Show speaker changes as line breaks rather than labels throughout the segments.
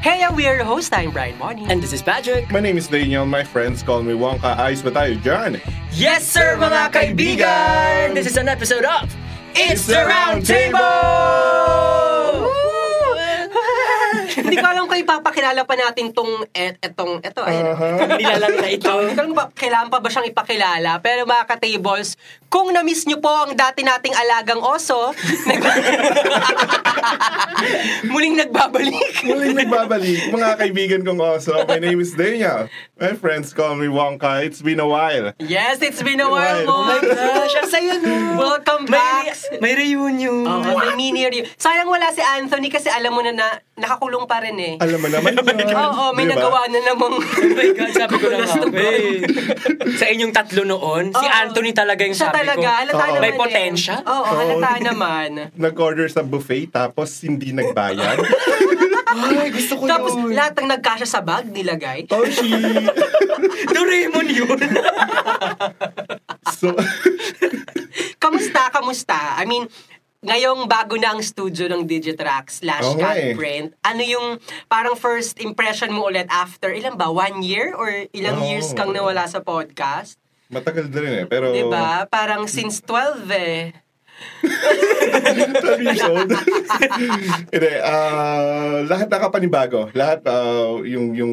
Hey, we're your host. I'm Brian Money.
And this is Patrick.
My name is Daniel. My friends call me Wonka. Ayos ba tayo dyan?
Yes, sir, mga kaibigan! This is an episode of It's the Round Table!
Hindi ko alam kung ipapakilala pa natin tong et, etong eto ayan.
Uh-huh.
Oh,
Nilalang na ito.
Hindi ko alam ba- kailangan pa ba siyang ipakilala. Pero mga ka-tables, kung na-miss nyo po ang dati nating alagang oso, nag- muling nagbabalik.
Muling nagbabalik, mga kaibigan kong oso. My name is Daniel. My friends call me Wonka. It's been a while.
Yes, it's been a while,
Wild. Oh my
Mon.
Gosh, ang sayo no!
Welcome
May,
back.
may reunion.
Oo, may mini review. Sayang wala si Anthony kasi alam mo na, na nakakulong pa rin eh.
Alam mo naman yun.
Oo, may
Diba?
nagawa na namang...
Oh my God, sabi ko na nga, eh. Sa inyong tatlo noon, si
Oo.
Anthony talaga yung
Siya
sabi
talaga,
ko.
halata
Oo.
naman
May
eh.
potential?
Oo, halata naman.
Nag-order sa buffet tapos hindi nagbayad. Ay, gusto ko
Tapos
yun.
lahat ng nagkasya sa bag, nilagay.
Toshi!
Doraemon yun!
So,
Kamusta, kamusta? I mean, ngayong bago na ang studio ng Digitrack slash
Oo nga eh.
Catprint, ano yung parang first impression mo ulit after, ilan ba, one year or ilang
Oo.
years kang nawala sa podcast?
matagal na rin eh. Pero,
Di ba? Parang since 12 eh.
12 years old. Hindi, ah, lahat nakapanibago. Lahat ah, yung yung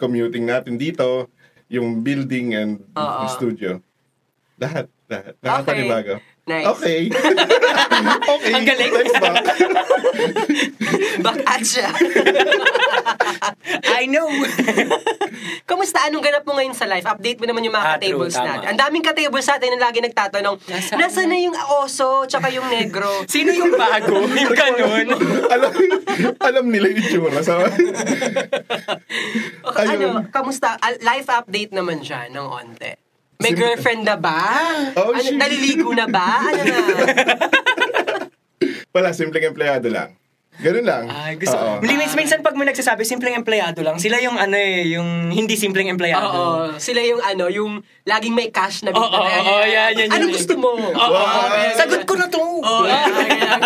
commuting natin dito, yung building and
Oo.
yung studio. Lahat, lahat. Nakapanibago.
Nice.
Okay. okay.
Ang galing.
Thanks, Doc.
Back at siya.
I know!
Kamusta? Anong ganap mo ngayon sa life? Update mo naman yung mga
Ah,
ka-tables
true, tama.
natin. Ang daming ka-tables natin na lagi nagtatanong,
Nasaan
nasa na yung oso tsaka yung negro?
Sino yung bago? Yung ganun? Ano?
alam, alam nila yung tsura. So,
O, ano,
Ayun.
kamusta? Al- Life update naman siya ng onte. May
Sim-
girlfriend na ba?
Oh,
ano,
shit.
naliligo na ba? Ano na?
wala, simpleng empleyado lang. Ganun lang.
Ay, Ah, gusto ko.
Oo.
Minsan, minsan pag may nagsasabi, simpleng empleyado lang. Sila yung ano eh, yung hindi simpleng empleyado.
Oo. Sila yung ano, yung laging may cash na
Oo, oo, oo, yan, yan, yan,
Ano
yan.
gusto mo?
Oo, oo.
Wow.
Sagot ko na to.
Oo, yan, yan.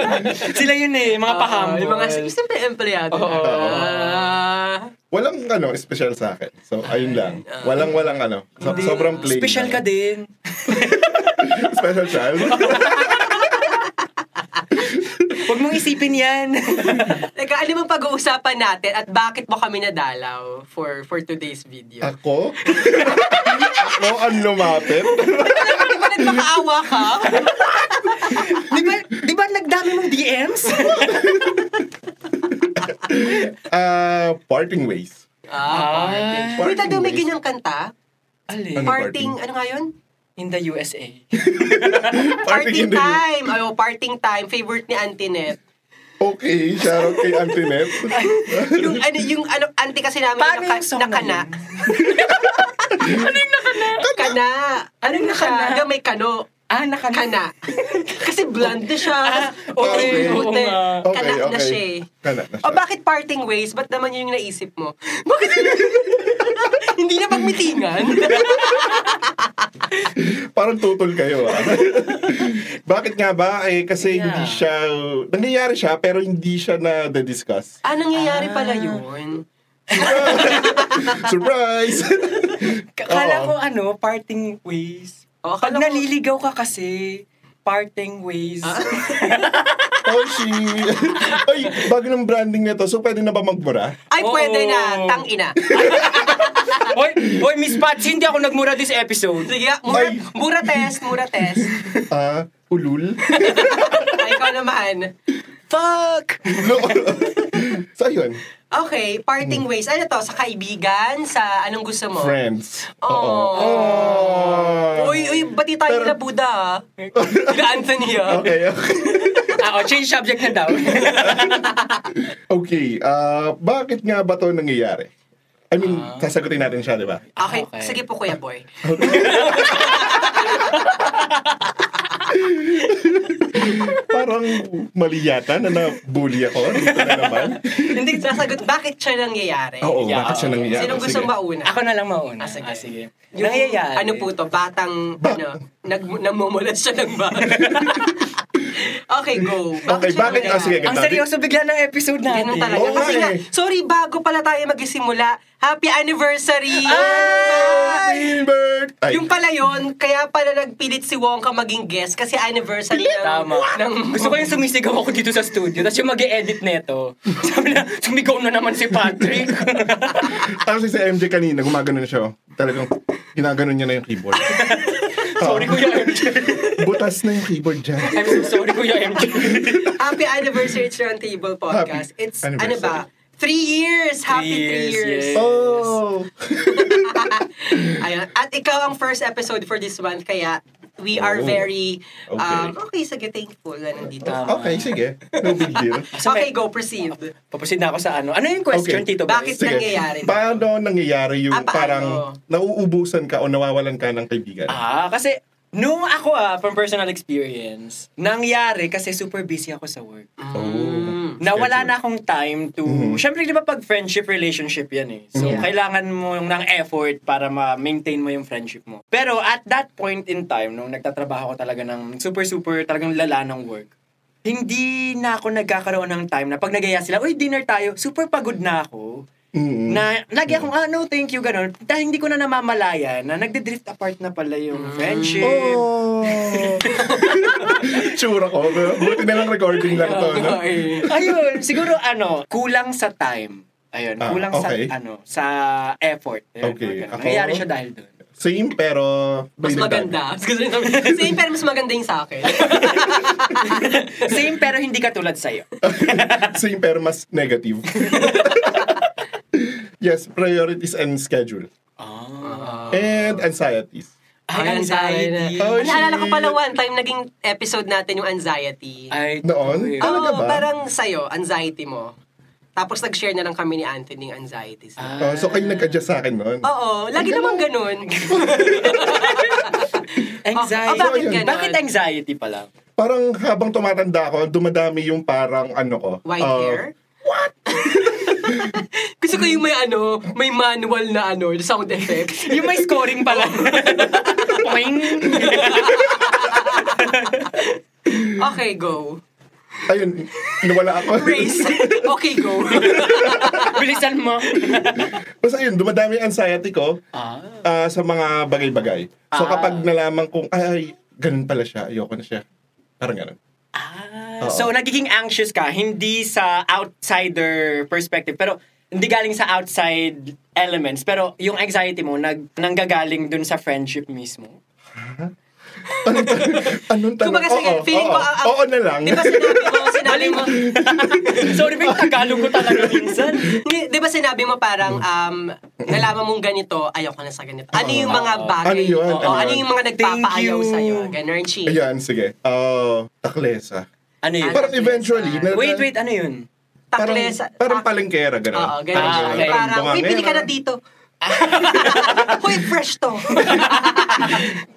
Sila yun eh, mga paham.
Oo, Ah, Yung mga simple empleyado.
Oo.
Ah.
Walang ano, special sa akin. So, ayun lang. Walang, walang ano. So, sobrang plain.
Special ka din.
lang. Special child.
Huwag mong isipin yan.
Teka, ano bang pag-uusapan natin at bakit mo kami nadalaw for for today's video?
Ako? Ako ang lumapit?
Ano ba nagmakaawa ka?
di ba, di ba nagdami mong DMs?
Ah, parting ways.
Ah, parting.
Ah.
Wait, ano may
Parting
ganyang kanta?
Ali,
Parting,
Ano? parting?
ano nga yun?
in the USA.
Parting
in the-
time! Ayo, parting time. Favorite ni Antinet.
Okay, shoutout kay Antinet.
Yung ano, yung ano, auntie kasi namin
Paano
naka-
yung song
nakana. Ano
na
Kana! Ano yung nakana?
nakana?
Hanggang may kano.
Ah, nakana.
Kana. kasi blonde na siya.
Ah,
Puti,
okay,
oo
puti.
nga.
Ah, Okay,
Kana na
okay.
siya eh.
Kana na siya.
O bakit parting ways? Ba't naman yun yung naisip mo? Bakit? Hindi na pagmitingan?
Parang tutol kayo ah. Bakit nga ba? Eh, kasi
Yeah.
hindi siya, nangyayari siya pero hindi siya na-discuss.
ah, nangyayari pala yun.
Surprise!
Kala
Oo.
ko ano, parting ways.
Oo,
Pag
akala ko-
naliligaw ka kasi, parting ways.
Ah.
Oshi! Ay, bago ng branding nito, so pwede na ba magmura?
Ay,
Oo.
pwede na. Tang ina.
Hoy, hoy, Miss Pats, hindi ako nagmura this episode.
Sige, mura,
Ay.
mura test, mura test.
Ah, ulul?
Ay, ikaw naman.
Fuck!
No. so, yun.
Okay, parting ways. Ano to? Sa kaibigan? Sa anong gusto mo?
Friends.
Oo.
Oh.
Uy, uy, bati tayo
Pero-
nila Buddha, ah. Nila Anthony, ah.
Okay, okay.
Ah, oh, change subject na daw.
Okay, ah, bakit nga ba to nangyayari? I mean,
Ah.
sasagutin natin siya, di ba?
Okay,
Okay.
sige po, Kuya Boy.
Parang mali yata na nabully ako. Dito na naman.
Hindi, sasagot, bakit siya nangyayari?
Oo,
Yeah.
bakit siya nangyayari?
Sinong gusto
Sige.
mauna?
ako na lang mauna.
Ah, sige.
Ah, sige.
Yung,
Nangyayari.
Ano po to? Batang, ano, nag, namumulat siya ng bata. Okay, go.
Okay, bakit?
siya
Ah, sige,
ganyan?
Ang seryoso bigla ng episode natin.
Ganun talaga.
Oo
Kasi
nga
nga,
eh.
sorry, bago pala tayo magsimula, happy anniversary!
Ay!
Gilbert! Ay,
Yung pala yun, kaya pala nagpilit si Wongka maging guest kasi anniversary ng,
Tama.
ng
Gusto ko yung sumisigaw ako dito sa studio, tapos yung mag edit neto. Sabi na, sumigaw na naman si Patrick.
Tapos si MJ kanina, gumagano na siya. oh. Talagang ginaganon niya na yung keyboard.
sorry, Kuya MJ.
Butas na yung keyboard dyan.
I'm so sorry, Kuya MJ.
Happy Anniversary to Roundtable Podcast.
Happy
It's, ano
anniversary.
ba? Three years! Happy three years!
years, yes.
Oh!
Ayun. At ikaw ang first episode for this month, kaya we are
Oh.
very, um, okay,
Okay.
sige, thankful na nandito.
Tama.
Okay, sige. No big deal.
Okay, go, proceed.
Papasin na ako sa ano. Ano yung question,
Okay.
Tito Boys?
Bakit
Sige.
nangyayari na?
Paano nangyayari yung
Ah, paano?
parang nauubusan ka o nawawalan ka ng kaibigan?
Ah, kasi nung ako ah, from personal experience, nangyari kasi super busy ako sa work.
Oh.
Nawala na akong time to...
Mhm.
Siyempre, di ba pag friendship relationship yan eh. So,
Yeah.
kailangan mo yung ng effort para ma-maintain mo yung friendship mo. Pero at that point in time, nung nagtatrabaho ko talaga ng super, super talagang lala ng work, hindi na ako nagkakaroon ng time na pag nagaya sila, uy, dinner tayo, super pagod na ako.
Mm.
Mm-mm.
Na lagi akong, ah, no, thank you, ganun. Dahil hindi ko na namamalaya na nagdi-drift apart na pala yung friendship.
Oh! Tsura ko. pero Buti na lang recording lang to. No?
Okay.
Ayun, siguro ano, kulang sa time. Ayun,
Ah,
kulang
okay.
sa ano, sa effort. Ayun, mga
Okay.
ganun.
Ako-
Nangyayari siya dahil doon.
Same pero...
Mas
baliktad.
maganda. Mas gusto rin namin. Same, pero mas maganda yung sa akin.
Same pero hindi katulad sa iyo.
Same pero mas negative. yes, priorities and schedule.
Ah.
And anxieties.
Ay, anxiety.
Oh,
Oh, shit.
Naalala ko pala one time naging episode natin yung anxiety.
Ay, totoo yun.
Noon? Talaga
Oo,
ba?
parang sa'yo, anxiety mo. Tapos nag-share na lang kami ni Anthony ng anxieties. niya.
Oh, so kayo nag-adjust sa akin noon.
Oo, lagi namang ganun.
anxiety.
Ah, bakit
So, ayun.
ganun?
Bakit anxiety pala?
Parang habang tumatanda ako, dumadami yung parang ano ko.
White
uh,
hair? What? Gusto ko yung may ano, may manual na ano, sound effects.
Yung may scoring pala. Poing.
Okay, go.
Ayun, nawala ako.
Race. Okay, go.
Bilisan mo.
Basta yun, dumadami yung anxiety ko
Ah.
ah, sa mga bagay-bagay. So
Ah.
kapag nalaman kong, ay, ganun pala siya, ayoko na siya. Parang ganun.
Ah,
Oo.
so nagiging anxious ka hindi sa outsider perspective pero hindi galing sa outside elements pero yung anxiety mo nag nanggagaling dun sa friendship mismo.
Anong tanong? Anong tanong?
Kumbaga, sige,
Oo,
feeling
oo.
ko, ah, ah,
Oo na lang.
Di ba sinabi mo, sinabi mo,
Sorry, may Tagalog ko talaga minsan.
di, di ba sinabi mo parang, um, nalaman mong ganito, ayoko na sa ganito. Ano yung mga bagay?
Ano yun?
Oo,
Ano
ano
yun?
yung mga nagpapaayaw
Thank you.
sa'yo? Ganun, Chi.
Ayan, sige. Uh, taklesa.
Ano yun?
Parang eventually. na-
Wait, wait, ano yun?
Parang,
Taklesa.
parang palengkera, gano'n.
Oo, ganun
Ah,
siya.
okay.
Parang, uy,
bungangera.
pili ka na dito. Uy, fresh to.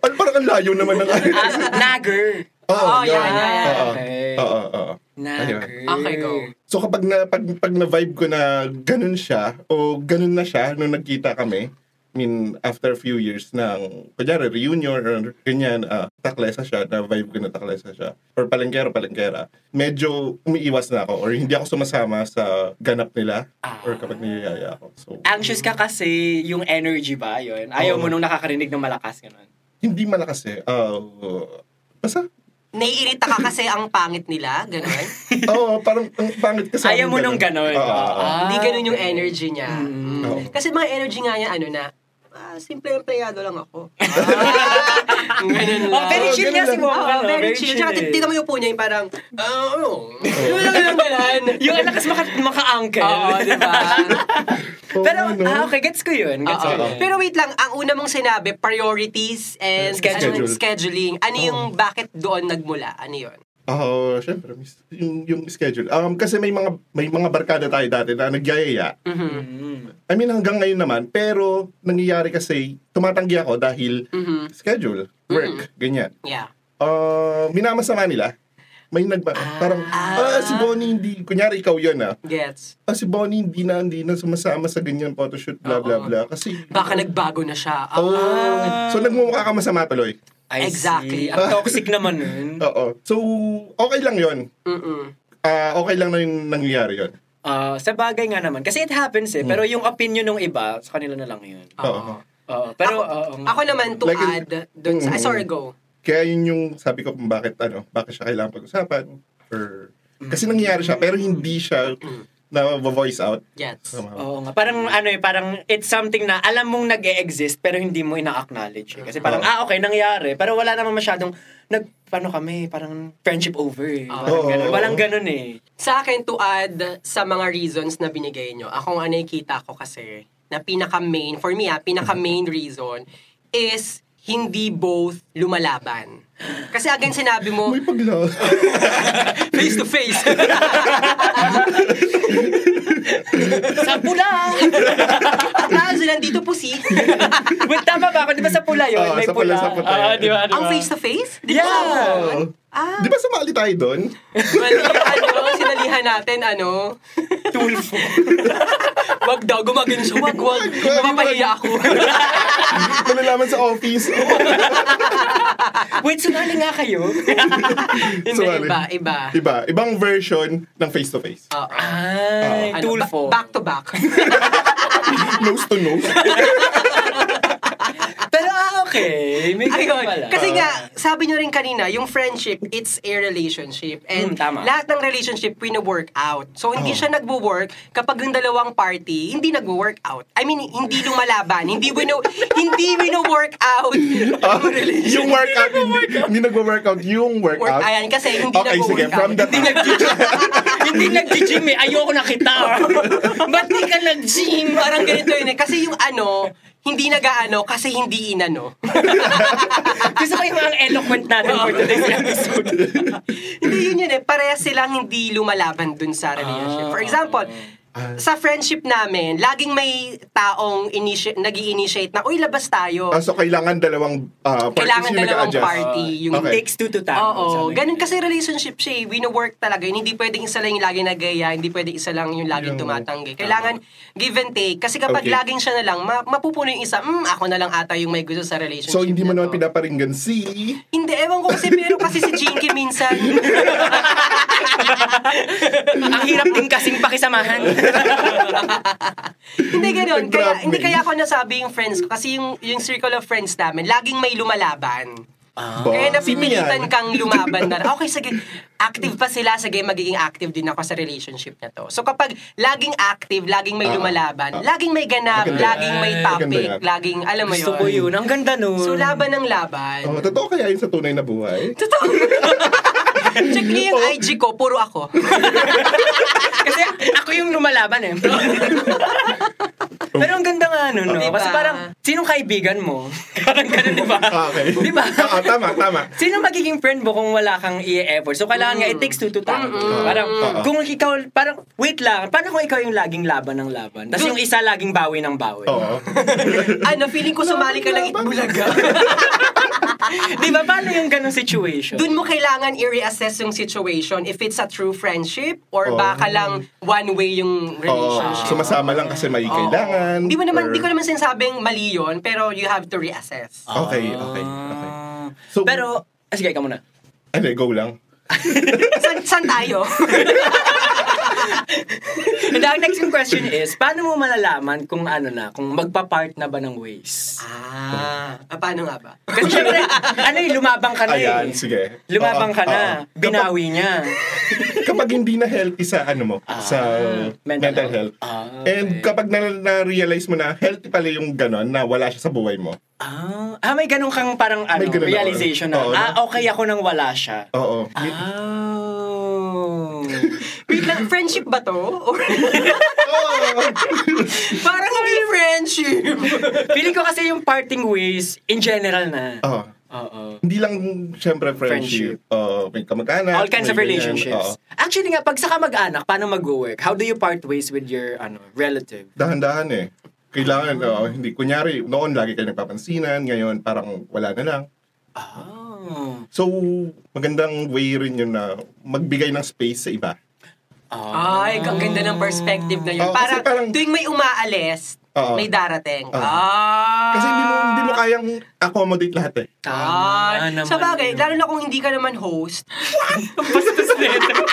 Ano, parang ang layo naman ng ano.
Ah, nagger.
Oo,
Oh, yeah,
yun.
yeah, yeah.
Oo,
Okay.
Oo, oo. Ayun.
Nagger.
Okay, go.
So kapag na, pag, pag na-vibe ko na ganun siya, o ganun na siya nung nagkita kami, I mean, after a few years ng, kunyari, reunion or ganyan, ah, taklesa siya, na-vibe ko na taklesa siya, or palengkera, palengkera, medyo umiiwas na ako, or hindi ako sumasama sa ganap nila, or kapag niyayaya ako. So,
Anxious ka kasi yung energy ba yun? Ayaw mo nung nakakarinig ng malakas ganun.
hindi malakas eh. Uh, basta,
Naiirita ka kasi ang pangit nila, ganun.
oo, parang ang pangit kasi.
Ayaw mo nung ganun.
Oo, oo, oo.
Ah,
Hindi ganun yung
okay.
energy niya.
Mm.
Mm.
Oo.
Kasi mga energy nga niya, ano na, ah, simple empleyado lang ako. ganun lang.
Oh, very chill
ganun
nga si
lang.
Wong.
Oo,
ano,
very chill. Tsaka
eh.
titignan mo yung upo niya, yung parang, ah, oo. Yung lang ganun.
Yung alakas maka, maka-uncle.
Oo, di ba?
Oo,
Pero,
ano?
ah, okay, gets ko yun. Gets ko
Oo.
yun.
Pero wait lang, ang una mong sinabi, priorities and
Schedule. Oh.
ano, scheduling. Ano yung bakit doon nagmula? Ano yun?
Oo, syempre. mis- Yung, yung schedule. Um, kasi may mga may mga barkada tayo dati na nagyayaya.
Mm.
I mean, hanggang ngayon naman. Pero, nangyayari kasi, tumatanggi ako dahil schedule, work, ganyan.
Yeah.
Uh, minamasama nila. May nagpa... parang, ah, si Bonnie hindi... Kunyari, ikaw yun ah.
Gets.
Ah, si Bonnie hindi na, hindi na sumasama sa ganyan photoshoot, bla bla bla. Kasi...
Baka nagbago na siya. Ah,
Oh, so nagmumukha ka masama tuloy.
I
Exactly.
see. Ang toxic naman nun.
Oo. So, okay lang yon
Mm-mm.
Ah, okay lang na yung nangyayari yun.
Ah, sa bagay nga naman. Kasi it happens eh. Pero yung opinion ng iba, sa kanila na lang yun.
Oo.
Oo.
ako,
pero, oo nga.
ako naman to
Like,
add dun sa, ay,
mm.
sorry, go.
Kaya yun yung sabi ko kung bakit, ano, bakit siya kailangan pag-usapan. Or,
Mm.
kasi nangyayari siya, pero hindi siya na voice out.
Yes.
Somehow.
Oo nga. Parang ano eh, parang it's something na alam mong nag exist pero hindi mo ina-acknowledge. eh. Kasi parang,
Oo.
ah, okay, nangyari. Pero wala naman masyadong, nag, paano kami, parang friendship over eh. Parang
Oo.
ganun. Walang ganun eh.
Sa akin, to add sa mga reasons na binigay nyo, ako ang nakikita ko kasi, na pinaka-main, for me ah,
Mm-hmm.
pinaka-main reason is hindi both lumalaban. Kasi again, sinabi mo,
May
Oh,
pagla.
face to face.
sa pula!
At taas nandito po si.
Wait, tama ba ako? Di ba sa pula yun?
Oo,
May
Ah, sa pula, sa pula
Oo,
Ah,
yun.
di ba? di
ang
ba?
face to face? Di
Yeah!
ba? Ah.
Di ba sumali tayo doon?
Well, yung ano, sinalihan natin, ano,
Tulfo.
wag daw, gumagin siya, wag, wag,
wag.
mapapahiya ako.
Malalaman sa office.
Wait, sumali nga kayo?
Hindi,
Sumali.
iba, iba. Ah.
ano Iba. Ibang version ng face-to-face.
Oo.
Ay,
Ano,
Tulfo.
ba- back to back.
nose to nose.
Pero ah, okay. May ganun
Ayun.
pala.
Kasi nga, sabi nyo rin kanina, yung friendship, it's a relationship. And
Mm, tama.
lahat ng relationship, wino-work out. So, hindi
Hmm, Oo.
siya nagwo-work kapag yung dalawang party, hindi nagwo-work out. I mean, hindi lumalaban. hindi wino, hindi wino-work out yung relationship.
Ah, yung workout, hindi, hindi nagwa-workout. Yung
Work,
workout.
ayan, kasi hindi
okay,
nagwo-work
sige.
out.
From the top.
Hindi nag-gym eh. Ayoko na kita. Ba't di ka nag-gym?
Parang ganito yun eh. Kasi yung ano, hindi nag-ano kasi hindi inano.
Gusto ko yung mga eloquent natin for today's episode.
hindi yun yun eh. Parehas silang hindi lumalaban dun sa relationship. For example,
Ah.
sa friendship namin, laging may taong initi- nag initiate na, uy, labas tayo.
Ah, so, kailangan dalawang uh, parties
Kailangan
yung
dalawang
nag-adjust.
party. Yung
Ah, Okay.
Takes two to tango.
Oo,
sabi.
ganun kasi relationship siya eh. Wino-work talaga yun. Hindi pwedeng isa lang yung lagi nagaya, hindi pwedeng isa lang yung laging
Yung-
tumatanggi. Kailangan give and take. Kasi kapag
Okay.
laging siya na lang, ma- mapupuno yung isa, mm, ako na lang ata yung may gusto sa relationship
So, hindi mo
na
naman
to."
pinaparinggan si...
Hindi, ewan ko kasi, pero kasi si Jinky minsan,
Ang hirap din kasing pakisamahan.
hindi ganun. Kaya,
Grabe.
hindi kaya ako nasabi yung friends ko, kasi yung, yung circle of friends namin, laging may lumalaban.
Boss.
Kaya
Sino
napipilitan
yan?
kang lumaban na, okay, sige, active pa sila, sige, magiging active din ako sa relationship na to. So kapag laging active, laging may
Ah,
lumalaban,
ah.
laging may ganap,
Maganda yan.
laging may
Ay,
topic,
maganda yan.
laging, alam mo
Gusto ko
yun.
yun. Ang ganda nun.
So laban ng laban.
Oh, totoo kaya yun sa tunay na buhay?
Totoo. Check niyo yung
Oh.
IG ko, puro ako.
Kasi ako yung lumalaban eh. Pero ang ganda nga nun, no?
Diba?
Kasi parang, sinong kaibigan mo? Parang ganun, diba? di ba?
Ah, Okay.
Di ba?
Oo, tama, tama.
Sino magiging friend mo kung wala kang i-effort? So, kailangan nga, it takes two to tango. Parang,
Oo.
kung ikaw, parang, wait lang, paano kung ikaw yung laging laban ng laban? Tapos yung isa laging bawi ng bawi.
Oo.
ano, feeling ko sumali ka ng itbulaga.
Di ba? Paano yung ganong situation?
Doon mo kailangan i-reassess yung situation if it's a true friendship or
Oo.
baka lang one way yung
Oo.
relationship.
Sumasama lang kasi may kailangan.
Di ba naman,
or-
di ko naman sinasabing mali yun, pero you have to reassess.
Okay, okay, okay.
Ah.
So-
Pero, ah, sige, ikaw muna.
Ano, go lang.
San, san tayo?
And ang next question is, paano mo malalaman kung ano na, kung magpa-part na ba ng ways?
ah, ah, paano nga ba?
Kasi syempre, ano eh, lumabang ka na eh.
Ayan, sige.
Lumabang
Oo,
ka na.
oo.
Binawi niya.
kapag hindi na healthy sa ano mo, sa
mental
mental,
health.
health.
Ah,
And kapag na- na-realize mo na healthy pala yung ganon, na wala siya sa buhay mo.
Ah, ah, may ganun kang parang ano,
May ganun ako.
realization na,
Oo.
ah, okay ako nang wala siya.
Oo.
Ah. Oh.
Wait lang, friendship ba to? Or,
Oo.
parang hindi friendship.
Feeling ko kasi yung parting ways, in general na.
Oo.
Oo.
Hindi lang, syempre, friendship. Oo, may kamag-anak.
All kinds of
may ganyan.
relationships.
Oo.
Actually nga, pag sa kamag-anak, paano mag-work? How do you part ways with your ano relative?
Dahan-dahan eh. Kailangan, oo, hindi. Kunyari, noon lagi kayo nagpapansinan, ngayon parang wala na lang.
Ah.
Oh.
So, magandang way rin yun na magbigay ng space sa iba.
Oh.
Ay, ang ganda ng perspective na yun.
Oo,
parang,
kasi parang-
tuwing may umaalis,
Oo.
may darating.
Oo.
Ah!
Kasi hindi mo, hindi mo kayang accommodate lahat eh.
Ah,
Tama naman
sa bagay,
yun.
lalo na kung hindi ka naman host.
Bastos nito.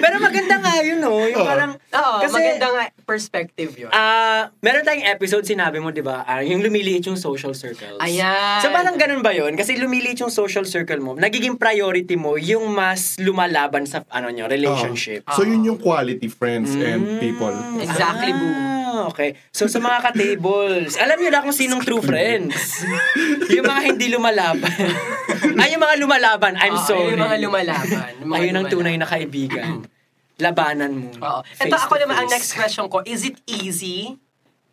Pero maganda nga yun, oh. Yung
Oo.
parang,
Oo,
Kasi-
maganda nga perspective yun.
ah, meron tayong episode, sinabi mo, di ba? ah, yung lumiliit yung social circles.
Ayan.
So parang ganun ba yun? Kasi lumiliit yung social circle mo, nagiging priority mo yung mas lumalaban sa ano nyo, relationship. Mm.
So yun yung quality friends and people.
Oh. Ah. Exactly, boo.
Ah, okay. So sa mga ka-tables, alam niyo na kung sinong true friends. yung mga hindi lumalaban. Ay, yung mga lumalaban. I'm
Oo, Ah,
sorry.
yung mga lumalaban. Yung mga
Ayun ang
lumalaban.
tunay na kaibigan. Labanan mo.
Oo.
Face
Ito ako
to
naman, ang
face.
next question ko, is it easy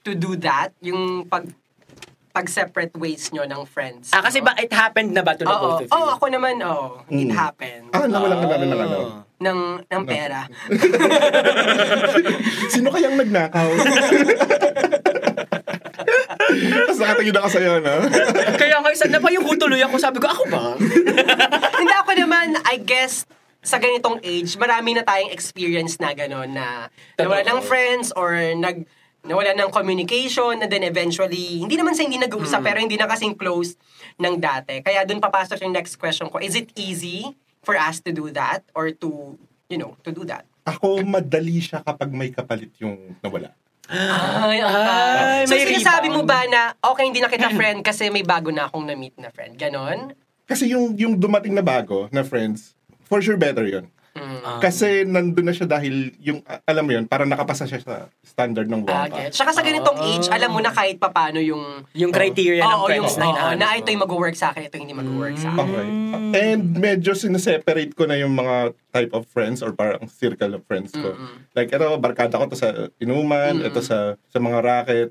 to do that? Yung pag pag-separate ways nyo ng friends?
Ah, kasi ba it happened na ba to na
Oo.
both of you?
Oo, ako naman, oo. It
Mm.
happened.
Ah, nawalan ka na rin ng ano.
Ah.
ng, ng pera.
Sino kayang nagnakaw? Tapos nakatingin ako sa'yo, no?
Kaya nga, isa na pa yung tuloy ako. Sabi ko, ako ba?
Hindi ako naman, I guess, sa ganitong age, marami na tayong experience na gano'n na nawala
Totoo.
ng friends or nag nawala ng communication na then eventually, hindi naman sa hindi nag-uusap
Mm.
pero hindi na kasing close ng dati. Kaya dun papasok yung next question ko. Is it easy for us to do that or to, you know, to do that?
Ako, madali siya kapag may kapalit yung nawala.
Ay, ang
Ay,
Ah, so,
may
sinasabi mo
rebound.
ba na, okay, hindi na kita friend kasi may bago na akong na-meet na friend? Ganon?
Kasi yung, yung dumating na bago na friends, for sure better yun.
Mm.
Kasi nandun na siya dahil yung, a- alam mo yun, parang nakapasa siya sa standard ng
Ah,
warm
gets. Tsaka sa
Ah.
ganitong age, alam mo na kahit papano yung
Yung criteria ng
Oo, yung
friends na
oo,
hinahanap.
na ito'y mag-work sa akin, ito'y hindi mag-work sa akin.
Okay. And medyo sineseparate ko na yung mga type of friends or parang circle of friends ko. Like, ito, barkada ko to sa inuman, ito sa sa mga racket,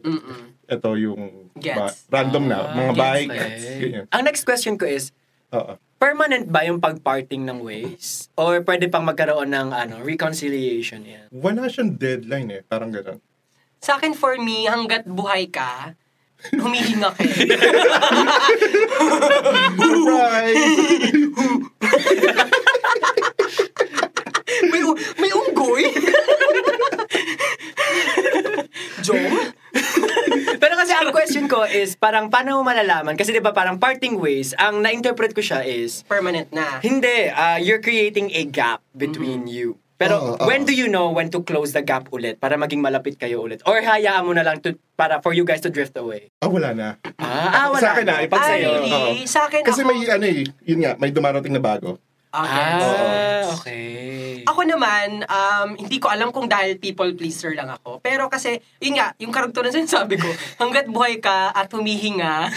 ito yung
Gets.
random na,
Ah,
mga
Gets,
bike,
gets.
ganyan.
Ang next question ko is,
Oo.
permanent ba yung pagparting ng ways? Or pwede pang magkaroon ng ano reconciliation yan?
Wala siyang deadline eh, parang gano'n.
Sa akin, for me, hanggat buhay ka, humihinga ka. eh.
Surprise!
may, u- may unggoy. Jong?
Pero kasi ang question ko is, parang paano mo malalaman? Kasi di ba parang parting ways, ang na-interpret ko siya is,
Permanent na.
hindi, ah, you're creating a gap between you.
Mm-hmm.
Pero
Oo, oo.
when do you know when to close the gap ulit para maging malapit kayo ulit? Or hayaan mo na lang to, para for you guys to drift away?
Ah, wala na.
Ah, ah, wala.
Sa akin na, ipag
Ah,
sa'yo.
really?
Oo.
Sa akin
Kasi
ako-
may, ano eh, yun nga, may dumarating na bago.
Okay.
Ah, okay.
Ako naman, um, hindi ko alam kung dahil people pleaser lang ako. Pero kasi, yun nga, yung karakter na sinasabi ko, hanggat buhay ka at humihinga,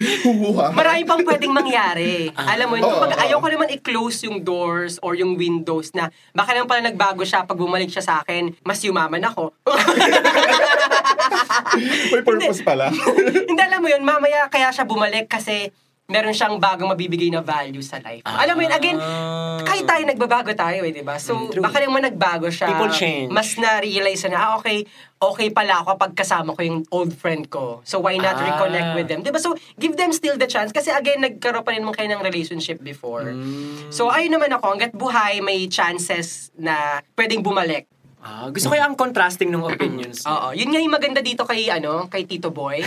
Huhuha.
Marami pang pwedeng mangyari. Alam mo, yun,
Oo,
kapag
oo.
ayaw ko naman i-close yung doors or yung windows na baka naman pala nagbago siya pag bumalik siya sa akin, mas yumaman ako.
May purpose pala.
Hindi, alam mo yun, mamaya kaya siya bumalik kasi meron siyang bagong mabibigay na value sa life.
Ah.
Alam mo yun, again, kahit tayo nagbabago tayo eh, di ba? So,
Mm, true.
baka naman nagbago siya.
People change.
Mas na-realize na, ah, okay, okay pala ako pag kasama ko yung old friend ko. So, why not
Ah.
reconnect with them? Di ba? So, give them still the chance. Kasi again, nagkaroon pa rin mo kayo ng relationship before.
Mm.
So, ayun naman ako, hanggat buhay, may chances na pwedeng bumalik.
Ah, gusto ko yung ang contrasting ng opinions.
Oo, yun nga yung maganda dito kay, ano, kay Tito Boy.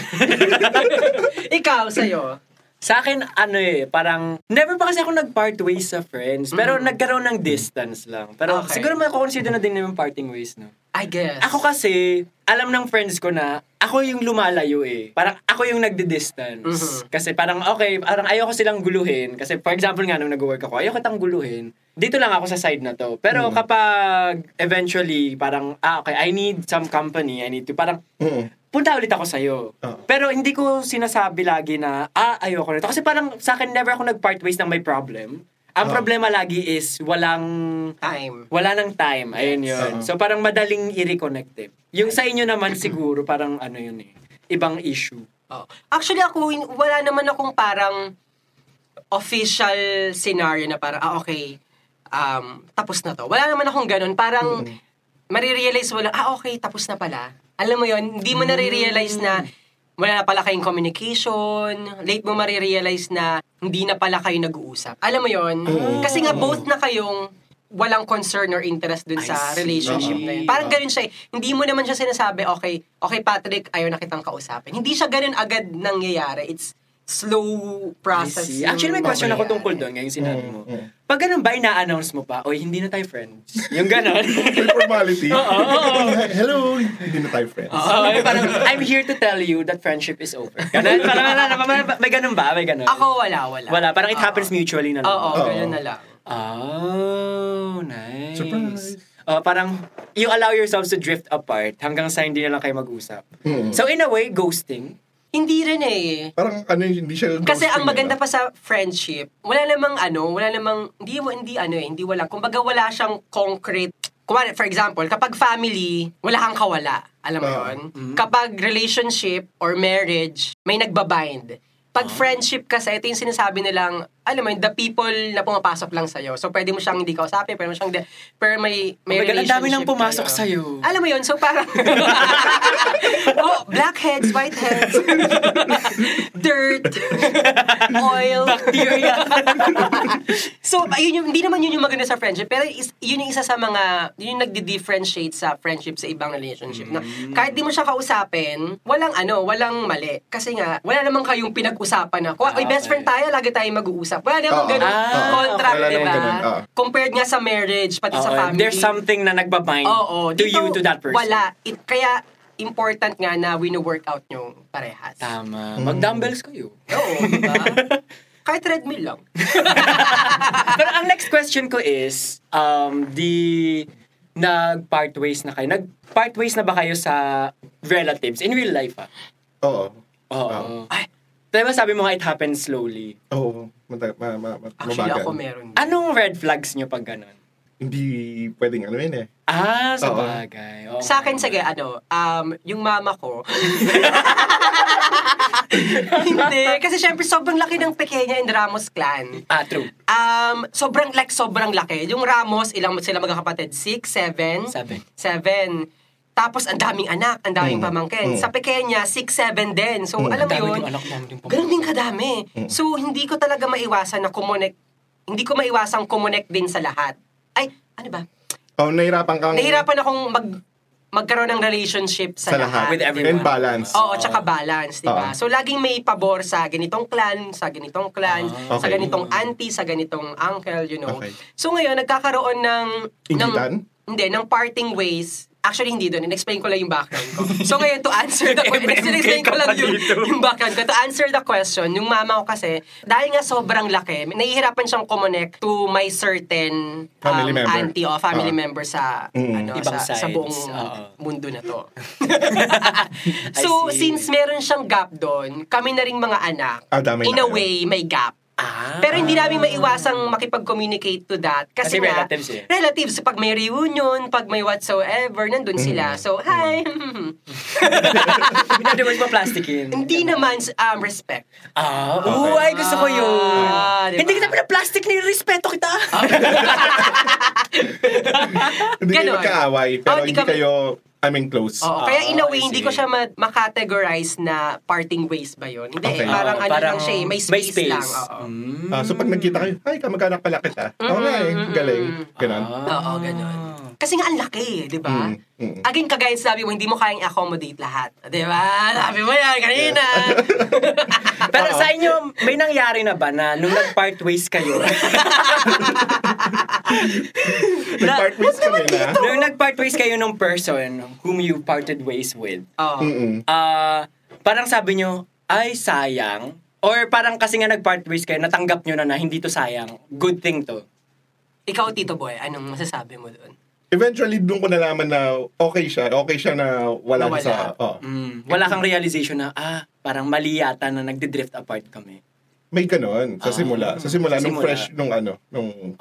Ikaw, sa'yo.
Sa akin, ano eh, parang, never pa kasi ako nag-part ways sa friends. Pero nagkaroon ng distance lang. Pero
Okay.
siguro makakonsider na din yung parting ways, no?
I guess.
Ako kasi, alam ng friends ko na, ako yung lumalayo eh. Parang ako yung nagdi-distance.
Mm-hmm.
Mhm.
Kasi parang, okay, parang ayoko silang guluhin. Kasi for example nga, nung nag-work ako, ayoko tang guluhin. Dito lang ako sa side na to. Pero
Mm-hmm.
kapag eventually, parang, ah, okay, I need some company. I need to, parang,
Mm.
punta ulit ako sa'yo.
Oo.
Pero hindi ko sinasabi lagi na, ah, ayoko nito. Kasi parang sa akin, never ako nag-part ways ng may problem. Ang
Oo.
problema lagi is walang
Time.
wala ng time. Ayun yun.
Oo.
So parang madaling i-reconnect eh. Yung sa inyo naman siguro parang ano yun eh. Ibang issue.
Oh. Actually, ako, hin- wala naman akong parang official scenario na parang, ah, okay, um, tapos na to. Wala naman akong ganun.
Mm.
Parang, marirealize mo lang, ah, okay, tapos na pala. Alam mo yon hindi
Mm.
mo nare-realize na wala na pala kayong communication, late mo marirealize na hindi na pala kayo nag-uusap. Alam mo yon Kasi nga, both na kayong walang concern or interest dun
I
sa
see.
relationship na yun.
Oo.
Parang ganun siya eh. Hindi mo naman siya sinasabi, okay, okay Patrick, ayaw na kitang kausapin. Hindi siya ganun agad nangyayari. It's slow
I
process.
see.
yung
Actually, may question ako
mangyayari.
tungkol doon ngayon sinabi
Mm,
mo.
mm.
Pag ganun ba, ina-announce mo pa, oy, hindi na tayo friends. Yung ganun.
May formality.
Oo, oo.
Hello, hindi na tayo friends.
Oo, yung parang, I'm here to tell you that friendship is over. Ganun, parang, wala na, may, may ganun ba? May ganun?
Ako, wala, wala.
Wala, parang it
Oo.
happens mutually na
Oo,
lang.
Oo.
ganun na lang.
Oh, nice.
Surprise.
Oh, parang, you allow yourselves to drift apart hanggang sa hindi na lang kayo mag-usap.
Mm.
So, in a way, ghosting.
Hindi rin eh.
Parang ano, hindi siya
Kasi
ghosting,
ang maganda
ano?
pa sa friendship, wala namang ano, wala namang, hindi, hindi ano eh, hindi wala. Kumbaga wala siyang concrete. Kumbaga, for example, kapag family, wala kang kawala. Alam mo
Oo.
Ah,
yun?
mm-hmm.
Kapag relationship or marriage, may nagbabind. Pag
Ah.
friendship kasi, ito yung sinasabi nilang, alam mo yun, the people na pumapasok lang sa'yo. So, pwede mo siyang hindi kausapin, pwede mo siyang, hindi- pero may, may
Oh my God, ang
relationship.
dami nang pumasok
kayo.
sa'yo.
Alam mo yun, so parang, oh, blackheads, whiteheads, dirt, oil.
Bacteria.
so, ayun yung, hindi naman yun yung maganda sa friendship, pero is, yun yung isa sa mga, yun yung nagdi-differentiate sa friendship sa ibang relationship. Na,
Mm.
kahit di mo siya kausapin, walang ano, walang mali. Kasi nga, wala naman kayong pinag-usapan na, kung ay best friend tayo, lagi tayong mag-uusap. Wala naman
Ah, Oo.
ganun
Ah,
contract,
wala
di
namang
ba?
ganun, oo.
Compared nga sa marriage, pati sa
Oo,
family.
There's something na nagbabind
Oo.
to
dito,
you, to that person.
Wala. It, kaya, important nga na wino-workout yung parehas.
Tama. Mag-dumbbells kayo.
Oo, diba? Kahit treadmill lang.
Pero ang next question ko is, um, di nag-part ways na kayo. Nag-part ways na ba kayo sa relatives? In real life, ah.
Oo.
Oo.
Ay,
Diba sabi mo nga, it happens slowly.
Oo. Mata- ma- ma- ma-
Ano
actually
mabagal.
ako meron. din.
Anong red flags nyo pag ganun?
Hindi pwedeng ano yun eh.
Ah, sa
Oo.
bagay. Oo.
Sa akin, sige, ano, um, yung mama ko. Hindi. Kasi syempre, sobrang laki ng Pequeña and Ramos clan.
Ah, true.
Um, sobrang, like, sobrang laki. Yung Ramos, ilang sila magkakapatid? Six, seven?
Seven.
Seven. Tapos, ang daming anak, ang daming pamangkin. Sa Pequeña, six, seven din. So, alam mo
Mm. Ang dami
yun,
din anak, dami din pamangkin.
ganun din kadami.
Mm.
So, hindi ko talaga maiwasan na kumonek, hindi ko maiwasang kumonek din sa lahat. Ay, ano ba?
Oh, nahirapan kang...
Nahirapan akong mag, magkaroon ng relationship sa,
Sa lahat.
With everyone.
And balance.
Oo, tsaka balance, di ba?
Oo.
So, laging may pabor sa ganitong clan, sa ganitong clan,
Ah,
sa
okay.
ganitong auntie, sa ganitong uncle, you know.
Okay.
So, ngayon, nagkakaroon ng... ng-
Inggitan?
Hindi, ng parting ways. Actually, hindi doon. In-explain ko lang yung background ko. So, ngayon, to answer the question,
MMK
in-explain ko
ka
lang
pa
yung,
dito.
yung background ko. To answer the question, yung mama ko kasi, dahil nga sobrang laki, nahihirapan siyang kumonek to my certain um,
Family member.
auntie o family
Ah.
member sa,
Mm.
ano,
Ibang
sa, sa
sides.
buong
Oo.
mundo na to.
I
so,
see.
since meron siyang gap doon, kami na rin mga anak,
Ah, damay
in
na
a
kayo.
way, may gap.
Ah.
Pero hindi namin maiwasang makipag-communicate to that. Kasi,
Kasi
nga,
relatives eh.
relatives, pag may reunion, pag may whatsoever, nandun
Mm.
sila. So, hi!
In other words, maplastikin.
hindi naman um, respect.
Ah, oo, ay, gusto ko yun.
Ah, diba?
Hindi kita pinaplastic ni respeto kita.
Hindi kayo
Ganon.
magkaaway,
Oh,
pero
hindi
hindi
kami-
kayo, I mean, close.
Oo, kaya in a
Ah,
way,
I
hindi
see.
ko siya ma- makategorize na parting ways ba yun. Hindi, eh,
Okay.
parang
Oo,
ano lang siya, eh, may space, lang. Oo.
Mm.
Ah, so pag nagkita kayo, ay, kamag-anak pala kita. Oo nga eh, galing. Ganon.
Oo, ganun. Kasi nga, ang laki, eh, di ba?
Ah. Mm, mm.
Again, kagaya sa sabi mo, hindi mo kayang accommodate lahat. Di ba? Sabi mo yan kanina.
Pero sa inyo, may nangyari na ba na nung nag-part ways kayo?
Nag-part ways kami na.
nung nag-part ways kayo ng person whom you parted ways with,
Oo.
Mm-mm.
ah, parang sabi nyo, ay sayang, or parang kasi nga nag-part ways kayo, natanggap nyo na na hindi to sayang, good thing to.
Ikaw, Tito Boy, anong masasabi mo doon?
Eventually, doon ko nalaman na okay siya. Okay siya na wala
Nawala.
na sa... Oh.
Mm, wala kang realization na, ah, parang mali yata na nagdi-drift apart kami.
May ganon sa simula. Sa simula,
Sa
nung
Ah. simula. Ah.
fresh, nung ano, nung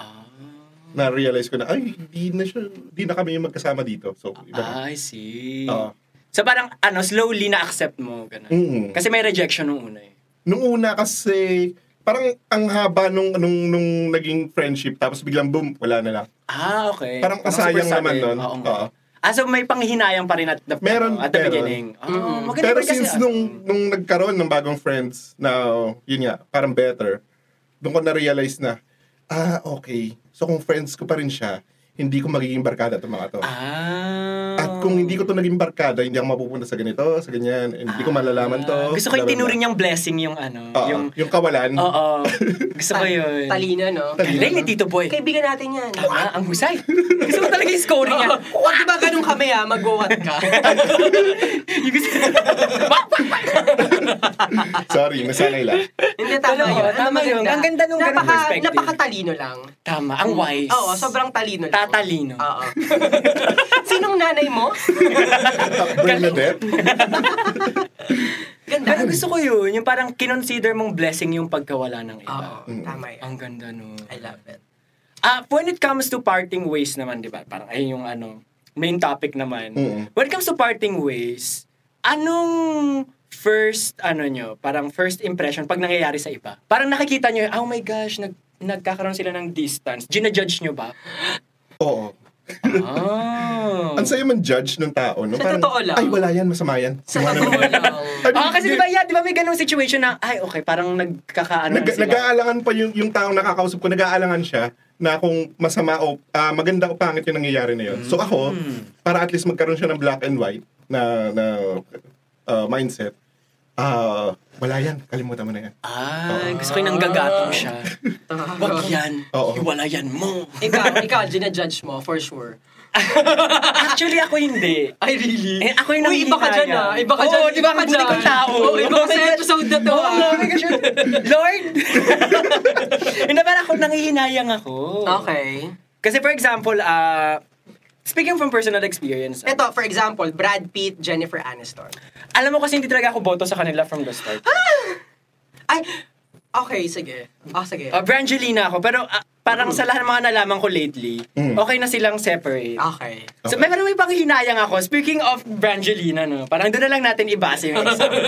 na-realize ko na, ay, di na siya, di na kami magkasama dito. So, iba na.
Ah, I see.
Oo.
So parang, ano, slowly na-accept mo, ganun.
Mm.
Kasi may rejection nung una eh.
Nung una kasi, parang ang haba nung, nung, nung naging friendship, tapos biglang boom, wala na lang.
Ah, okay.
Parang kasayang
super
naman
sudden.
nun.
Oo nga.
Oo.
Ah, so may panghihinayang pa rin at the,
Meron,
at the
meron.
beginning. Oh, maganda
Pero
pa rin kasi,
since
ah.
nung, nung nagkaroon ng bagong friends, na, yun nga, parang better, doon ko na-realize na, ah, okay, So kung friends ko pa rin siya, hindi ko magiging barkada itong mga to.
Ah.
At kung hindi ko to naging barkada, hindi ako mapupunta sa ganito, sa ganyan, and hindi ko malalaman to.
Ah, Gusto ko yung
blah, blah,
tinuring
blah.
niyang blessing yung ano.
Oo,
yung,
yung, kawalan.
oo. Gusto ko yun.
Talina, no?
Tal-
Galing ni Tito Boy.
Kaibigan natin yan.
Tama, ang husay. Gusto ko talaga yung scoring niya.
Huwag diba ganun kami ah, mag-what ka.
Yung gusto
Sorry, nasanay lang.
Hindi, tama
Tama,
yun. Ano,
tama yun.
maganda.
Ang ganda nung ganung
Napaka-
perspective.
Napakatalino lang.
Tama, ang wise.
Oo, sobrang talino lang.
Tatalino.
Oo. Sinong nanay mo?
Bernadette?
Ganda.
Pero Ano gusto ko yun, yung parang kinonsider mong blessing yung pagkawala ng iba.
Oo,
Mm.
tama yan.
Ang ganda no.
I love it.
Ah, when it comes to parting ways naman, di ba? Parang ayun yung ano, main topic naman.
Mm.
When it comes to parting ways, anong first, ano nyo, parang first impression pag nangyayari sa iba? Parang nakikita nyo, oh my gosh, nag, nagkakaroon sila ng distance. Ginajudge nyo ba?
Oo.
Oh.
Ang sayo man judge ng tao, no?
Sa totoo lang.
Ay, wala yan, masama yan.
Sa
Wala
totoo
naman.
lang.
I mean,
Ah, kasi di ba, yeah, di ba may ganong situation na, ay, okay, parang nagkakaano
Nag,
sila.
nag-aalangan pa yung, yung taong nakakausap ko, nag-aalangan siya na kung masama o ah, maganda o pangit yung nangyayari na yun. So ako,
Hmm.
para at least magkaroon siya ng black and white na, na ah, mindset, ah, wala yan, kalimutan mo na yan.
Ah. Ay, gusto ko yung nanggagato siya. Wag yan.
Oo.
Iwalayan mo.
ikaw, ikaw, ginajudge mo, for sure.
Eh, Actually, ako hindi.
Ay, really?
Eh, ako yung
Uy, iba ka
nanghihina
dyan,
yan.
ah. Iba ka
Oo,
dyan.
di ba?
iba ka
Ang buti kong tao.
Oo, iba ka sa episode na to,
Oo,
ah.
oh, my gosh. Lord! Hindi, pero ako nangihinayang ako.
Okay.
Kasi for example, ah, speaking from personal experience, ah,
Ito, for example, Brad Pitt, Jennifer Aniston.
alam mo kasi hindi talaga ako boto sa kanila from the start.
Ay, okay, sige. Oh, sige.
Uh, Brangelina ako, pero ah, parang sa lahat ng mga nalaman ko lately,
Mm.
okay na silang separate.
Ah, Okay.
So, may parang may panghinayang ako. Speaking of Brangelina, no? Parang doon na lang natin ibase yung example.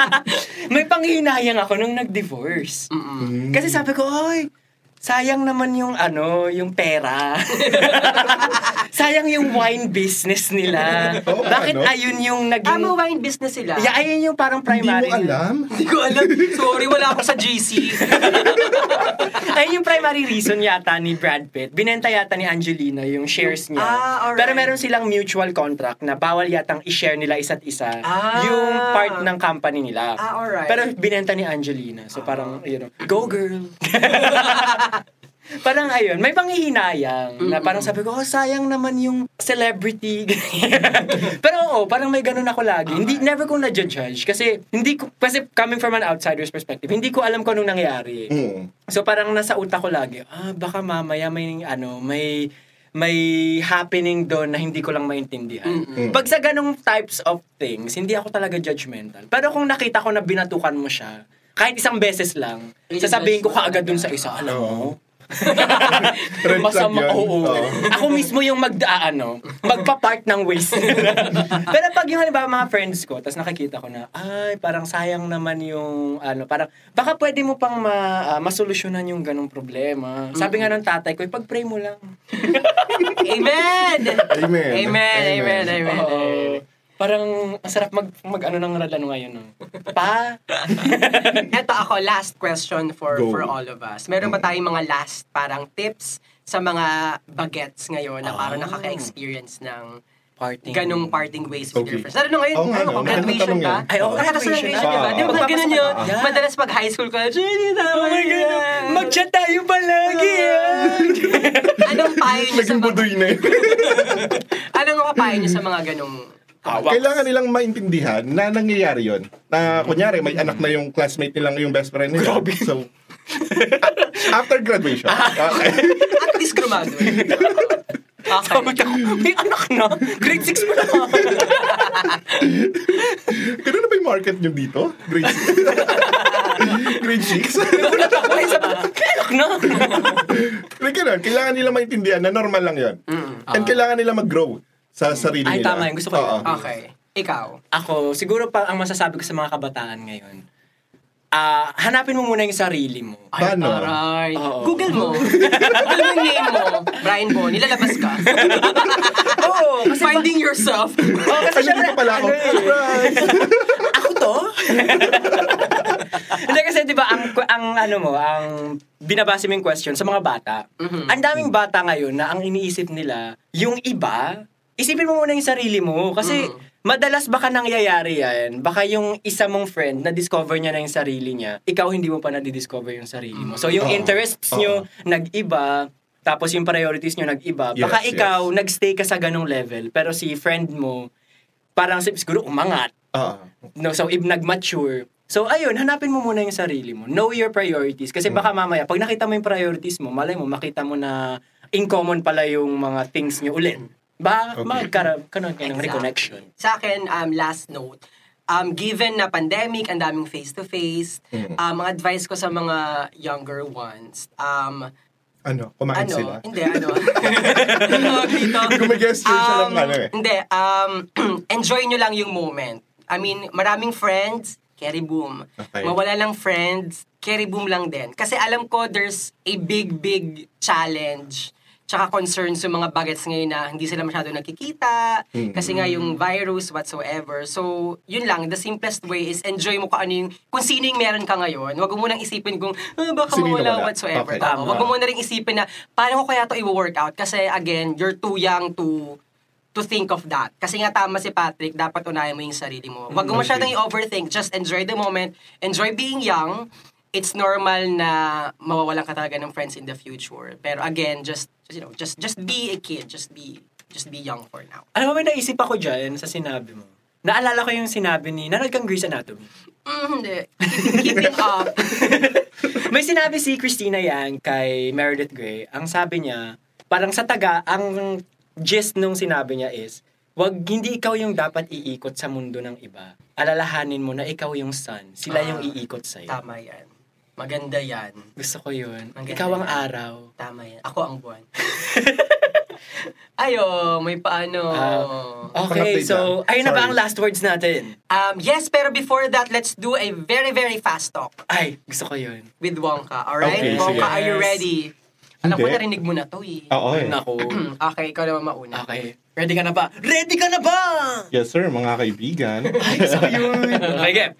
may panghinayang ako nung nag-divorce.
Mm-mm.
Hmm.
Kasi sabi ko, oy, sayang naman yung ano, yung pera. sayang yung wine business nila.
Oo,
Bakit
ano?
ayun yung naging...
Tama wine business sila.
Yeah, ayun yung parang
Hindi mo
primary.
alam?
Hindi ko alam. Sorry, wala ako sa GC.
Ayun yung primary reason yata ni Brad Pitt. Binenta yata ni Angelina yung shares niya.
Ah, alright.
Pero meron silang mutual contract na bawal yatang i-share nila isa't isa
Ah.
yung part ng company nila.
Ah, alright. Ah.
Pero binenta ni Angelina. So parang, you know, go girl! parang ayun, may panghihinayang na parang sabi ko, oh, sayang naman yung celebrity. Pero oo, parang may ganun ako lagi. Hindi, never ko na-judge kasi hindi ko, kasi coming from an outsider's perspective, hindi ko alam kung anong nangyari. eh.
Mm.
So parang nasa utak ko lagi, ah baka mamaya may ano, may may happening doon na hindi ko lang maintindihan.
Mm-mm.
Pag sa ganong types of things, hindi ako talaga judgmental. Pero kung nakita ko na binatukan mo siya, kahit isang beses lang,
Ay,
sasabihin ko
judge mo
kaagad dun sa
talaga.
isa, alam mo.
Oo. Red flag
Masama,
yun.
oo.
Oo.
Ako mismo yung magdaano, magpa-part ng ways. Pero pag yung halimbawa mga friends ko, tapos nakikita ko na, ay, parang sayang naman yung, ano, parang, baka pwede mo pang ma, ah, masolusyonan yung ganong problema. Sabi
Mm.
nga ng tatay ko, ipag-pray mo lang.
Amen!
Amen.
Amen, amen, amen.
Oo. Parang, ang sarap mag, mag ano ng radano ngayon, no? Pa?
Ito ako, last question for
Go.
for all of us. Meron ba tayong mga last parang tips sa mga bagets ngayon na parang
Ah.
nakaka-experience ng
Parting.
ganong parting ways with your
Okay.
friends? Lalo na ngayon,
Oo nga,
ano,
no?
graduation
Magandang
ba?
tanong yan.
Ay, oo, diba?
Nakakasal ng
graduation.
graduation, di ba?
Ah,
Di ba
oo.
pag ganun yun?
Yeah.
Madalas pag high school college, hindi na
Oh my God! Mag-chat tayo palagi, ah!
Anong payo niyo sa
Naging
mga...
budoy na yun.
Anong mapayo niyo sa mga ganong...
Hawak.
Kailangan nilang maintindihan na nangyayari yon. Na kunyari, may anak na yung classmate nilang yung best friend nila.
Grabe. Ah.
So, after graduation. Okay.
At least graduate.
Sabi
Okay.
ko, may anak na. Grade 6 mo na.
Ganun na ba yung market nyo dito? Grade 6? Grade 6?
Nagulat ako. Eh, sabi ko, may anak na.
like, ganun, kailangan nila maintindihan na normal lang yon.
Ah.
And kailangan nila mag-grow sa sarili
Mm. Ay,
nila.
tama yun. Gusto ko yun. Ah.
Oo.
Okay. Ikaw.
Ako, siguro pa ang masasabi ko sa mga kabataan ngayon, ah hanapin mo muna yung sarili mo.
Ay,
Paano?
taray.
Oo.
Google mo. Google mo yung name mo. Brian Bo. Nilalabas ka.
Oo, kasi Ano eh.
Finding yourself.
Oo, kasi
Ay, nandito
syempre,
pala ako.
ano eh,
Surprise!
ako to? Hindi kasi 'di ba ang ang ano mo, ang binabase mo yung question sa mga bata.
Mm-hmm.
Ang daming bata ngayon na ang iniisip nila, yung iba, isipin mo muna yung sarili mo kasi
Mm-hmm.
madalas baka nangyayari yan. Baka yung isa mong friend na discover niya na yung sarili niya, ikaw hindi mo pa na-discover yung sarili mo. So yung
Oo.
interests
Mm-hmm. Oo.
nyo nag-iba, tapos yung priorities nyo nag-iba.
Yes,
Baka
yes.
ikaw nagstay ka sa ganong level pero si friend mo parang siguro umangat
Ah,
no, so if nag-mature, so ayun, hanapin mo muna yung sarili mo. Know your priorities. Kasi baka mamaya, pag nakita mo yung priorities mo, malay mo, makita mo na in common pala yung mga things nyo ulit. Baka
Okay.
magkaroon ka ng reconnection.
Sa akin, um, last note, um, given na pandemic, ang daming face-to-face, um, ang advice ko sa mga younger ones, um,
ano, kumain
ano,
sila.
hindi, ano, ano, dito,
Gumigesture siya ng ano eh.
Hindi, um, enjoy nyo lang yung moment. I mean, maraming friends, carry boom.
Okay.
Mawala lang friends, carry boom lang din. Kasi alam ko, there's a big, big challenge tsaka concern sa mga bagets ngayon na hindi sila masyado nakikita
Mm.
kasi nga yung virus whatsoever. So, yun lang. The simplest way is enjoy mo kung ano yung, kung sino yung meron ka ngayon. Huwag mo munang isipin kung, ah, baka
Sino yung
mawala
nawala?
whatsoever.
Okay.
Tama.
Tama.
Huwag mo na rin isipin na paano ko kaya to i-workout kasi again, you're too young to to think of that. Kasi nga tama si Patrick, dapat unahin mo yung sarili mo. Huwag mo masyadong i-overthink. Just enjoy the moment. Enjoy being young. It's normal na mawawalan ka talaga ng friends in the future. Pero again, just, just, you know, just just be a kid. Just be just be young for now.
Alam mo, may naisip ako dyan sa sinabi mo. Naalala ko yung sinabi ni, nanood kang Grey's Anatomy.
Mm, hindi. Keeping up.
May sinabi si Christina Yang kay Meredith Grey, ang sabi niya, parang sa taga, ang gist nung sinabi niya is, wag hindi ikaw yung dapat iikot sa mundo ng iba. Alalahanin mo na ikaw yung sun, sila yung
Ah,
iikot sa'yo.
Tama yan. Maganda yan.
Gusto ko yun.
Ang ganda
ikaw ang
yan.
araw.
Tama yan. Ako ang buwan. Ayo, may paano.
Ah, okay,
Pang-update
so,
lang.
ayun na ba
Sorry.
ang last words natin?
Um, yes, pero before that, let's do a very, very fast talk
Ay, gusto ko yun.
with Wonka. Alright?
Okay,
Wonka,
sige.
are you
Yes.
ready? Alam ko,
Hindi.
narinig mo na to eh. Hmm,
Oo eh.
Nako.
okay, ikaw naman mauna.
okay. Ready ka na ba? Ready ka na ba?
Yes sir, mga kaibigan.
Ay, gusto ko yun. Okay, game.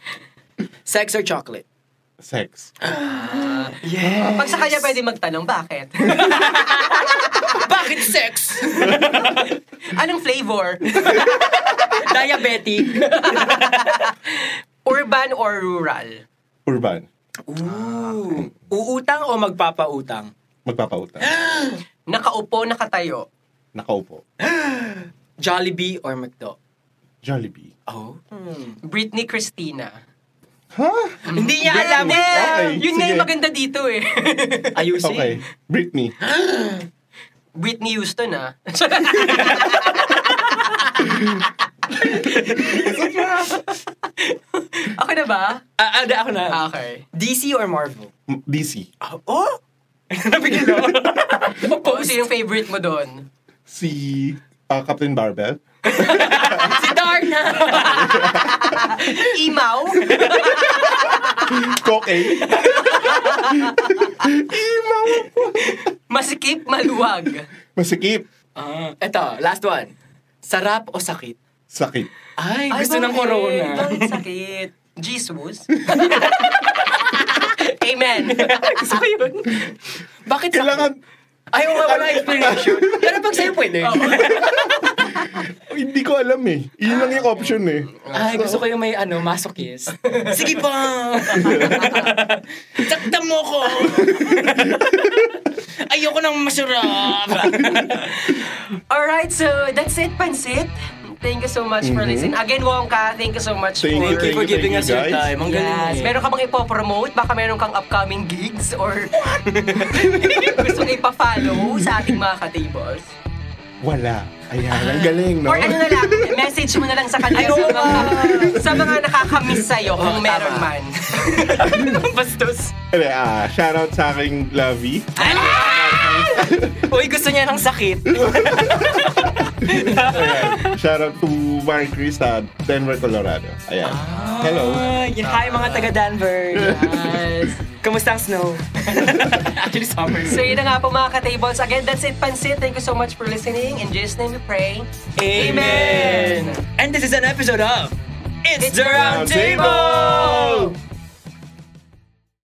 Sex or chocolate?
Sex.
Yeah.
Pag sa kanya pwede magtanong, bakit?
Bakit sex?
Anong flavor?
Diabetic.
Urban or rural?
Urban.
Ooh. Uutang o magpapautang?
Magpapautang.
Nakaupo, nakatayo.
Nakaupo.
Jollibee or McDo?
Jollibee.
Oh.
Britney Christina.
Ha?
Hindi niya alam.
Yeah,
Okay,
yun nga yung
sige.
maganda dito eh.
Ayusin.
Okay. Britney.
Britney Houston ah. ako na ba?
Ah, ah, da- ako na.
Ah, Okay.
DC or Marvel?
M- DC.
Oh? Nabigil mo.
Kung Oh, sino yung favorite mo doon?
Si ah, Captain Barbell.
si Darna.
Imaw?
Cocaine. Imaw po.
Masikip, maluwag.
Masikip.
Ah, eto, last one. Sarap o sakit?
Sakit.
Ay, gusto
Ay,
ng
bakit?
corona.
Bakit sakit? Jesus. Amen.
gusto ko yun. Bakit sakit?
Kailangan,
Ay, oo nga, wala explanation. Pero pag sa'yo pwede.
hindi ko alam eh. Yun lang yung option eh.
Ay, gusto ko yung may ano, masokis. Sige pa! Takdam mo ko! Ayoko nang masurap!
Alright, so that's it, Pansit. Thank you so much for listening. Again, Wongka, thank you so much
Thank
for...
Thank you for
Thank you,
giving us
thank you,
your
guys.
time. Ang galing.
Yes.
eh.
Meron ka bang ipopromote? Baka meron kang upcoming gigs or gusto nga ipa-follow sa ating mga ka-tables?
Wala. Ayan, ang galing, no?
Or ano na lang, message mo na lang sa kanila sa mga, sa mga nakakamiss sa'yo kung
Oh,
meron
tama.
man.
Bastos.
Ano, ah, shoutout sa aking Lavi.
Uy, gusto niya ng sakit.
Ayan. Shoutout to Mark Chris sa Denver, Colorado. Ayan. Hello.
Ay, hi mga taga-Denver.
Yes.
Kamusta ang snow? Actually, summer.
So yun na nga po mga ka-tables. Again, that's it, Pansit. Thank you so much for listening. In Jesus' name we pray.
Amen! And this is an episode of It's, the Round
Roundtable!
Table!